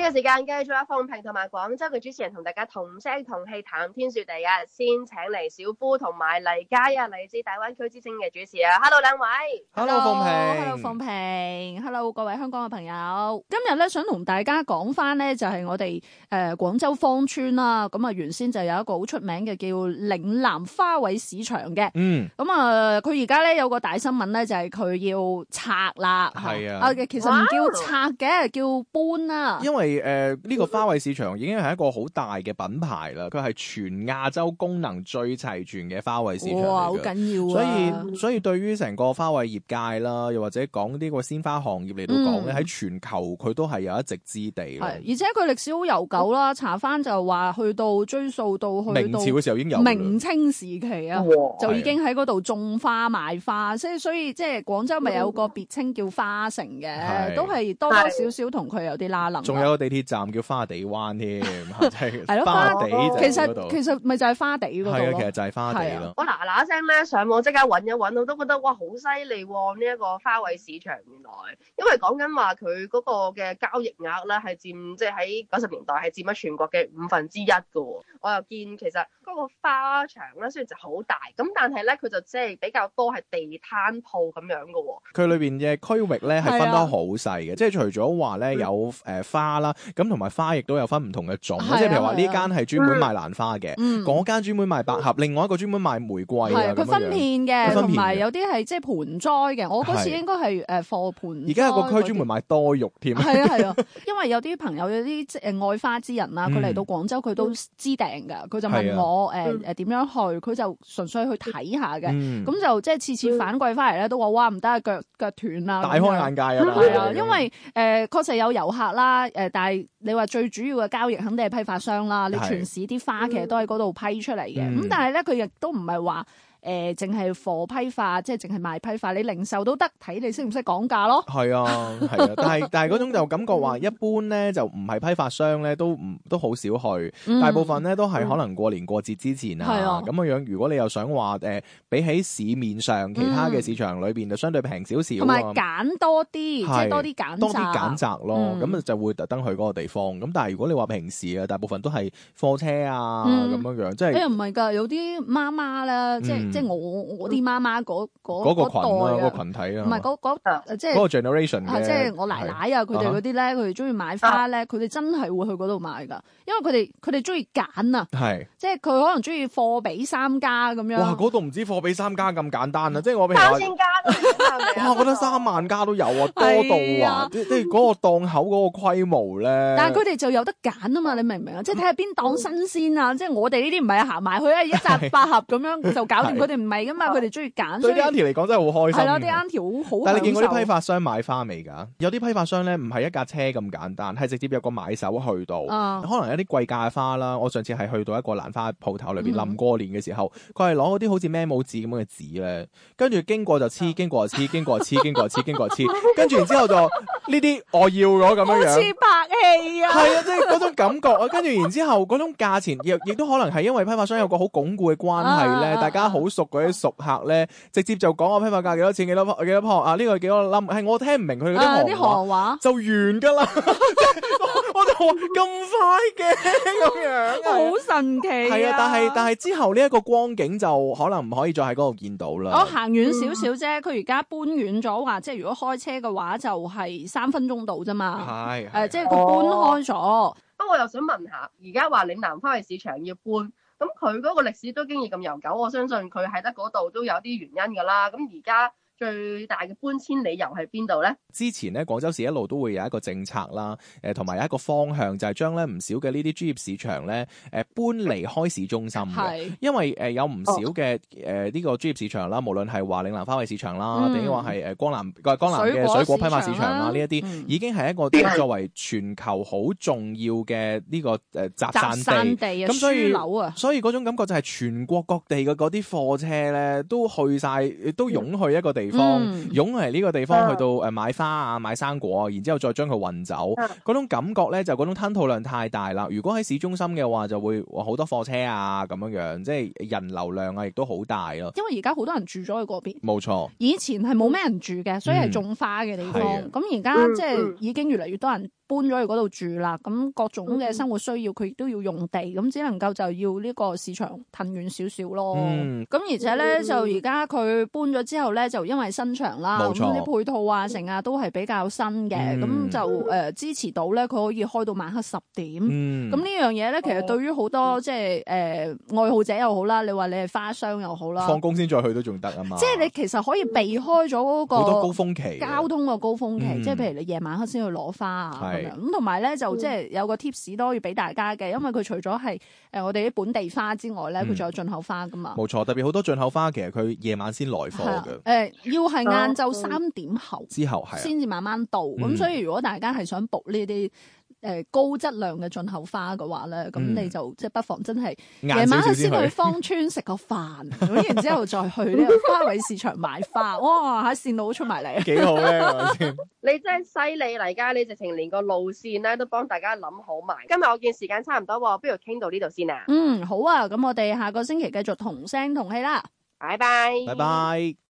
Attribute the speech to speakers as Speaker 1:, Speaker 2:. Speaker 1: 嘅時間繼續有鳳平同埋廣州嘅主持人同大家同聲同氣談天說地啊！先請嚟小夫同埋黎佳啊，嚟自大灣區之聲嘅主持啊，Hello 兩位。
Speaker 2: Hello，
Speaker 3: Hello，
Speaker 2: 鳳
Speaker 3: 鳳
Speaker 2: 平。
Speaker 3: 平，Hello 各位香港嘅朋友，今日咧想同大家講翻咧就係我哋誒廣州芳村啦，咁啊原先就有一個好出名嘅叫嶺南花卉市場嘅。
Speaker 2: 嗯，
Speaker 3: 咁啊，佢而家咧有個大新聞咧，就係佢要拆啦。
Speaker 2: 係啊
Speaker 3: 其實唔叫拆嘅，叫搬啊啦。
Speaker 2: 因為誒呢個花卉市場已經係一個好大嘅品牌啦，佢係全亞洲功能最齊全嘅花卉市場嚟
Speaker 3: 哇，好
Speaker 2: 㗎
Speaker 3: 緊要
Speaker 2: 所
Speaker 3: 啊！
Speaker 2: 以所以對於成個花卉業界啦，又或者講呢個鮮花行業嚟到講咧，喺、全球佢都係有一席之地
Speaker 3: 嗯係，
Speaker 2: 咯
Speaker 3: 而。且佢歷史好悠久啦。查翻就話去到追溯到去
Speaker 2: 明
Speaker 3: 到
Speaker 2: 朝嘅時候已經有㗎啦
Speaker 3: 明清時期啊，
Speaker 1: 哇
Speaker 3: 就已經喺嗰度種花賣花，所以所以即係廣州咪有個別稱叫花城嘅，
Speaker 2: 係
Speaker 3: 都係多多少少同佢有啲拉楞。
Speaker 2: 仲有個地鐵站叫花地灣添，係
Speaker 3: 啊係咯
Speaker 2: 花
Speaker 3: 花
Speaker 2: 地就
Speaker 3: 其
Speaker 2: 係嗰
Speaker 3: 實
Speaker 2: 度
Speaker 3: 其實咪就係花地嗰
Speaker 2: 係
Speaker 3: 度
Speaker 2: 啊，其實
Speaker 3: 咯。
Speaker 2: 就係花地咯。
Speaker 1: 我嗱嗱聲咧上網即刻揾一揾，我都覺得哇好犀利喎！呢一個花卉市場原來，因為講緊話佢嗰個嘅交易額咧係佔即係喺九十年代係佔咗全國嘅五分之一嘅喎。我又見其實嗰個花場咧雖然就好大，咁但係咧佢就即係比較多係地攤鋪咁樣嘅喎。
Speaker 2: 佢裏邊嘅區域咧係分
Speaker 3: 係
Speaker 2: 得
Speaker 3: 啊嗯
Speaker 2: 好細嘅，即係除咗話咧有誒花啦，咁同埋花亦都有分唔同嘅種，
Speaker 3: 係啊
Speaker 2: 即係譬如話呢
Speaker 3: 係啊
Speaker 2: 間係專門賣蘭花嘅，
Speaker 3: 嗯
Speaker 2: 嗰間專門賣百合，另外一個專門賣玫瑰啊
Speaker 3: 係
Speaker 2: 咁
Speaker 3: 佢
Speaker 2: 樣
Speaker 3: 分
Speaker 2: 樣。
Speaker 3: 片
Speaker 2: 佢分片
Speaker 3: 嘅，
Speaker 2: 嘅
Speaker 3: 同埋有啲係即係盆栽嘅。我嗰次
Speaker 2: 係
Speaker 3: 應該係誒貨呃盆栽嗰啲。
Speaker 2: 而家有個區專門賣多肉添，
Speaker 3: 係啊係啊，因為有啲朋友有啲即係愛花之人啦，啊
Speaker 2: 嗯
Speaker 3: 佢嚟到廣州佢都知訂㗎，佢就
Speaker 2: 係
Speaker 3: 問
Speaker 2: 啊
Speaker 3: 我呃
Speaker 1: 嗯
Speaker 3: 誒誒點樣去，佢就純粹去睇下嘅。
Speaker 2: 嗯
Speaker 3: 咁就即係次次反季翻嚟咧，都話哇唔得啊，腳腳斷啦，
Speaker 2: 大開眼界啊！大
Speaker 3: 係
Speaker 2: 家
Speaker 3: 啊，因為誒、呃、確實有遊客啦，誒、呃但係你話最主要嘅交易肯定係批發商啦，你
Speaker 2: 係
Speaker 3: 全市啲花其實都喺嗰度批出嚟嘅，
Speaker 2: 嗯
Speaker 3: 咁、但係咧佢亦都唔係話誒淨係貨批發，即係淨係賣批發，你零售都得，睇你識唔識講價咯。
Speaker 2: 係啊，係啊，但係但係嗰種就感覺話，一般咧就唔係批發商咧，都唔都好少去，嗯
Speaker 3: 嗯
Speaker 2: 大部分咧都係可能過年過節之前
Speaker 3: 係
Speaker 2: 啊
Speaker 3: 啊
Speaker 2: 咁嘅樣。如果你又想話誒、呃比起市面上其他嘅市場裏邊就相對平少少
Speaker 3: 同埋
Speaker 2: 啊，
Speaker 3: 揀多啲，即
Speaker 2: 係
Speaker 3: 係多啲揀
Speaker 2: 多啲揀
Speaker 3: 擇。
Speaker 2: 擇咯，
Speaker 3: 嗯
Speaker 2: 咁、就會特登去嗰個地方。咁但係如果你話平時啊，大部分都係貨車啊
Speaker 3: 嗯
Speaker 2: 咁樣樣，即
Speaker 3: 哎
Speaker 2: 係
Speaker 3: 呀，唔係㗎，有啲媽媽啦，
Speaker 2: 嗯
Speaker 3: 即係即係我我啲媽媽嗰嗰
Speaker 2: 嗰個群
Speaker 3: 嗰代
Speaker 2: 啊，嗰
Speaker 3: 啊
Speaker 2: 個，群體啊，
Speaker 3: 唔係嗰嗰
Speaker 1: 啊
Speaker 3: 誒即
Speaker 2: 嗰個
Speaker 3: 係
Speaker 2: generation
Speaker 3: 啊
Speaker 2: 嘅，
Speaker 3: 即係我奶奶啊，佢哋嗰啲咧，佢哋中意買花咧，佢哋真係會去嗰度買㗎，因為佢哋佢哋中意揀啊，
Speaker 2: 係。
Speaker 3: 即係佢可能中意貨比三家咁
Speaker 2: 哇！
Speaker 3: 樣。
Speaker 2: 嗰度唔止貨比三家咁簡單啊，
Speaker 3: 嗯
Speaker 2: 即係我譬如話
Speaker 1: 三千間啊係咪啊
Speaker 2: 哇！我覺得三萬家都有啊，多
Speaker 3: 係
Speaker 2: 到啊
Speaker 3: 啊，
Speaker 2: 即即係嗰個檔口嗰個規模咧。
Speaker 3: 但係佢哋就有得揀啊嘛，你明唔明啊？即係睇下邊檔新鮮
Speaker 2: 嗯
Speaker 3: 啊！即係我哋呢啲唔係行埋去啊，一扎百合咁樣就搞掂。
Speaker 2: 係
Speaker 3: 佢哋唔係噶嘛，佢哋中意揀。啊所
Speaker 2: 對
Speaker 3: 以
Speaker 2: 啲 a u n t 嚟講真係好開心
Speaker 3: 係
Speaker 2: 㗎。
Speaker 3: 咯，啲 a u n t 好好。
Speaker 2: 但係你見過啲批發商買花未㗎？有啲批發商咧唔係一架車咁簡單，係直接有個買手去到，
Speaker 3: 啊
Speaker 2: 可能有啲貴價嘅花啦。我上次係去到一個蘭花鋪頭裏邊，
Speaker 3: 嗯
Speaker 2: 臨過年嘅時候，佢係攞嗰啲好似 memo 紙咁樣嘅紙咧，跟住經過就 黐，經過就黐，經過就黐，經過就黐，經過就黐，跟住然之後就呢啲我要咗咁
Speaker 3: 好
Speaker 2: 樣
Speaker 3: 似
Speaker 2: 樣。
Speaker 3: 拍戲 啊！
Speaker 2: 係啊，即係嗰種感覺啊，跟住然之後嗰種價錢，亦亦都可能係因為批發商有個好鞏固嘅關係咧，
Speaker 3: 啊
Speaker 2: 大家好熟嗰啲熟客咧，直接就講我批發價幾多錢，幾多幾多磅啊？呢個幾多冧？係我聽唔明佢嗰
Speaker 3: 啊
Speaker 2: 啲
Speaker 3: 啲
Speaker 2: 行話
Speaker 3: 行話
Speaker 2: 就完㗎啦， 我我就話咁快嘅咁樣啊。
Speaker 3: 好神奇
Speaker 2: 係啊，但係但
Speaker 3: 係
Speaker 2: 係之後呢一個光景就可能唔可以再喺嗰度見到
Speaker 3: 我
Speaker 2: 啦。
Speaker 3: 哦行遠少
Speaker 2: 嗯
Speaker 3: 少啫，佢而家搬遠咗，話即係如果開車嘅話就係三分鐘到啫嘛。
Speaker 2: 啊係哦
Speaker 3: 誒，即係佢搬開咗，
Speaker 1: 不過我又想問下，而家話嶺南花卉市場要搬，咁佢嗰個歷史都經已咁悠久，我相信佢喺得嗰度都有啲原因㗎啦。咁而家最大嘅搬遷理由係邊度咧？
Speaker 2: 之前咧，廣州市一路都會有一個政策啦，誒同埋有一個方向，就係將咧唔少嘅呢啲專業市場咧，誒、搬離開市中心嘅。
Speaker 3: 係
Speaker 2: 因為誒、呃有唔少嘅誒呢個專業市場啦，無論係華嶺南花卉市場啦，
Speaker 3: 嗯
Speaker 2: 定話係誒江南呃江南嘅水
Speaker 3: 水
Speaker 2: 果
Speaker 3: 果
Speaker 2: 批發市場啦，呢一啲
Speaker 3: 嗯
Speaker 2: 已經係一個作為全球好重要嘅呢、個誒、呃集
Speaker 3: 集
Speaker 2: 散地
Speaker 3: 散。地啊，
Speaker 2: 咁所以
Speaker 3: 樞紐啊，
Speaker 2: 所以嗰種感覺就係全國各地嘅嗰啲貨車咧，都去晒，都湧去一個地方，
Speaker 3: 嗯
Speaker 2: 湧嚟呢個地方
Speaker 1: 啊
Speaker 2: 去到誒買花啊、買生果啊，然之後再將佢運走。
Speaker 3: 嗯
Speaker 1: 啊
Speaker 2: 嗰種感覺咧就嗰種吞吐量太大啦。如果喺市中心嘅話，就會哇好多貨車啊咁樣樣，即係人流量啊，亦都好大咯。
Speaker 3: 因為而家好多人住咗去嗰邊。
Speaker 2: 冇錯，
Speaker 3: 以前係冇咩人住嘅，所以係種花嘅地方
Speaker 2: 係啊。
Speaker 3: 咁而家
Speaker 1: 嗯
Speaker 3: 即係已經越嚟越多人搬搬咗去嗰度住啦，咁各種嘅生活需要佢亦都要用地，咁只能夠就要呢個市場騰遠少少咯。
Speaker 2: 嗯
Speaker 3: 咁而且咧
Speaker 1: 嗯
Speaker 3: 就而家佢搬咗之後咧，就因為新場啦，
Speaker 2: 冇
Speaker 3: 咁
Speaker 2: 錯
Speaker 3: 啲配套啊成啊都係比較新嘅，咁、
Speaker 2: 嗯
Speaker 3: 就誒、呃支持到咧佢可以開到晚黑十點。
Speaker 2: 嗯，
Speaker 3: 咁呢樣嘢咧，其實對於好多即係誒呃愛好者又好啦，你話你係花商又好啦，
Speaker 2: 放工先再去都仲得啊嘛，
Speaker 3: 啊即係你其實可以避開咗嗰
Speaker 2: 好多高
Speaker 3: 個
Speaker 2: 峰期啊嘅
Speaker 3: 交通啊個高峰期，
Speaker 2: 嗯
Speaker 3: 即係譬如你夜晚黑先去攞花啊咁
Speaker 2: 係嗯
Speaker 3: 樣。咁同埋咧就即係有個 tips 都要俾大家嘅，因為佢除咗係誒我哋啲本地花之外咧，
Speaker 2: 嗯
Speaker 3: 佢仲有進口花噶嘛。
Speaker 2: 冇錯，特別好多進口花其實佢夜晚先來貨
Speaker 3: 係啊
Speaker 2: 嘅，，
Speaker 3: 誒要係晏晝三點後
Speaker 2: 之後係啊
Speaker 3: 先至慢慢到，咁
Speaker 2: 嗯
Speaker 3: 所以如果大家係想捕呢啲誒高質量嘅進口花嘅話咧，咁
Speaker 2: 嗯
Speaker 3: 你就即係不妨真係。夜
Speaker 2: 晏少
Speaker 3: 晚
Speaker 2: 少
Speaker 3: 黑
Speaker 2: 先
Speaker 3: 先去
Speaker 2: 去，
Speaker 3: 芳村食個飯，咁然之後再去呢個花卉市場買花，哇！喺線路出埋嚟，
Speaker 2: 幾好咧係咪先？
Speaker 1: 你真係犀利嚟家，你直情連個路線咧都幫大家諗好埋。今日我見時間差唔多喎，不如傾到呢度先啊，
Speaker 3: 嗯嗯，好啊，咁我哋下個星期繼續同聲同氣啦。
Speaker 1: 拜拜，
Speaker 2: 拜。拜。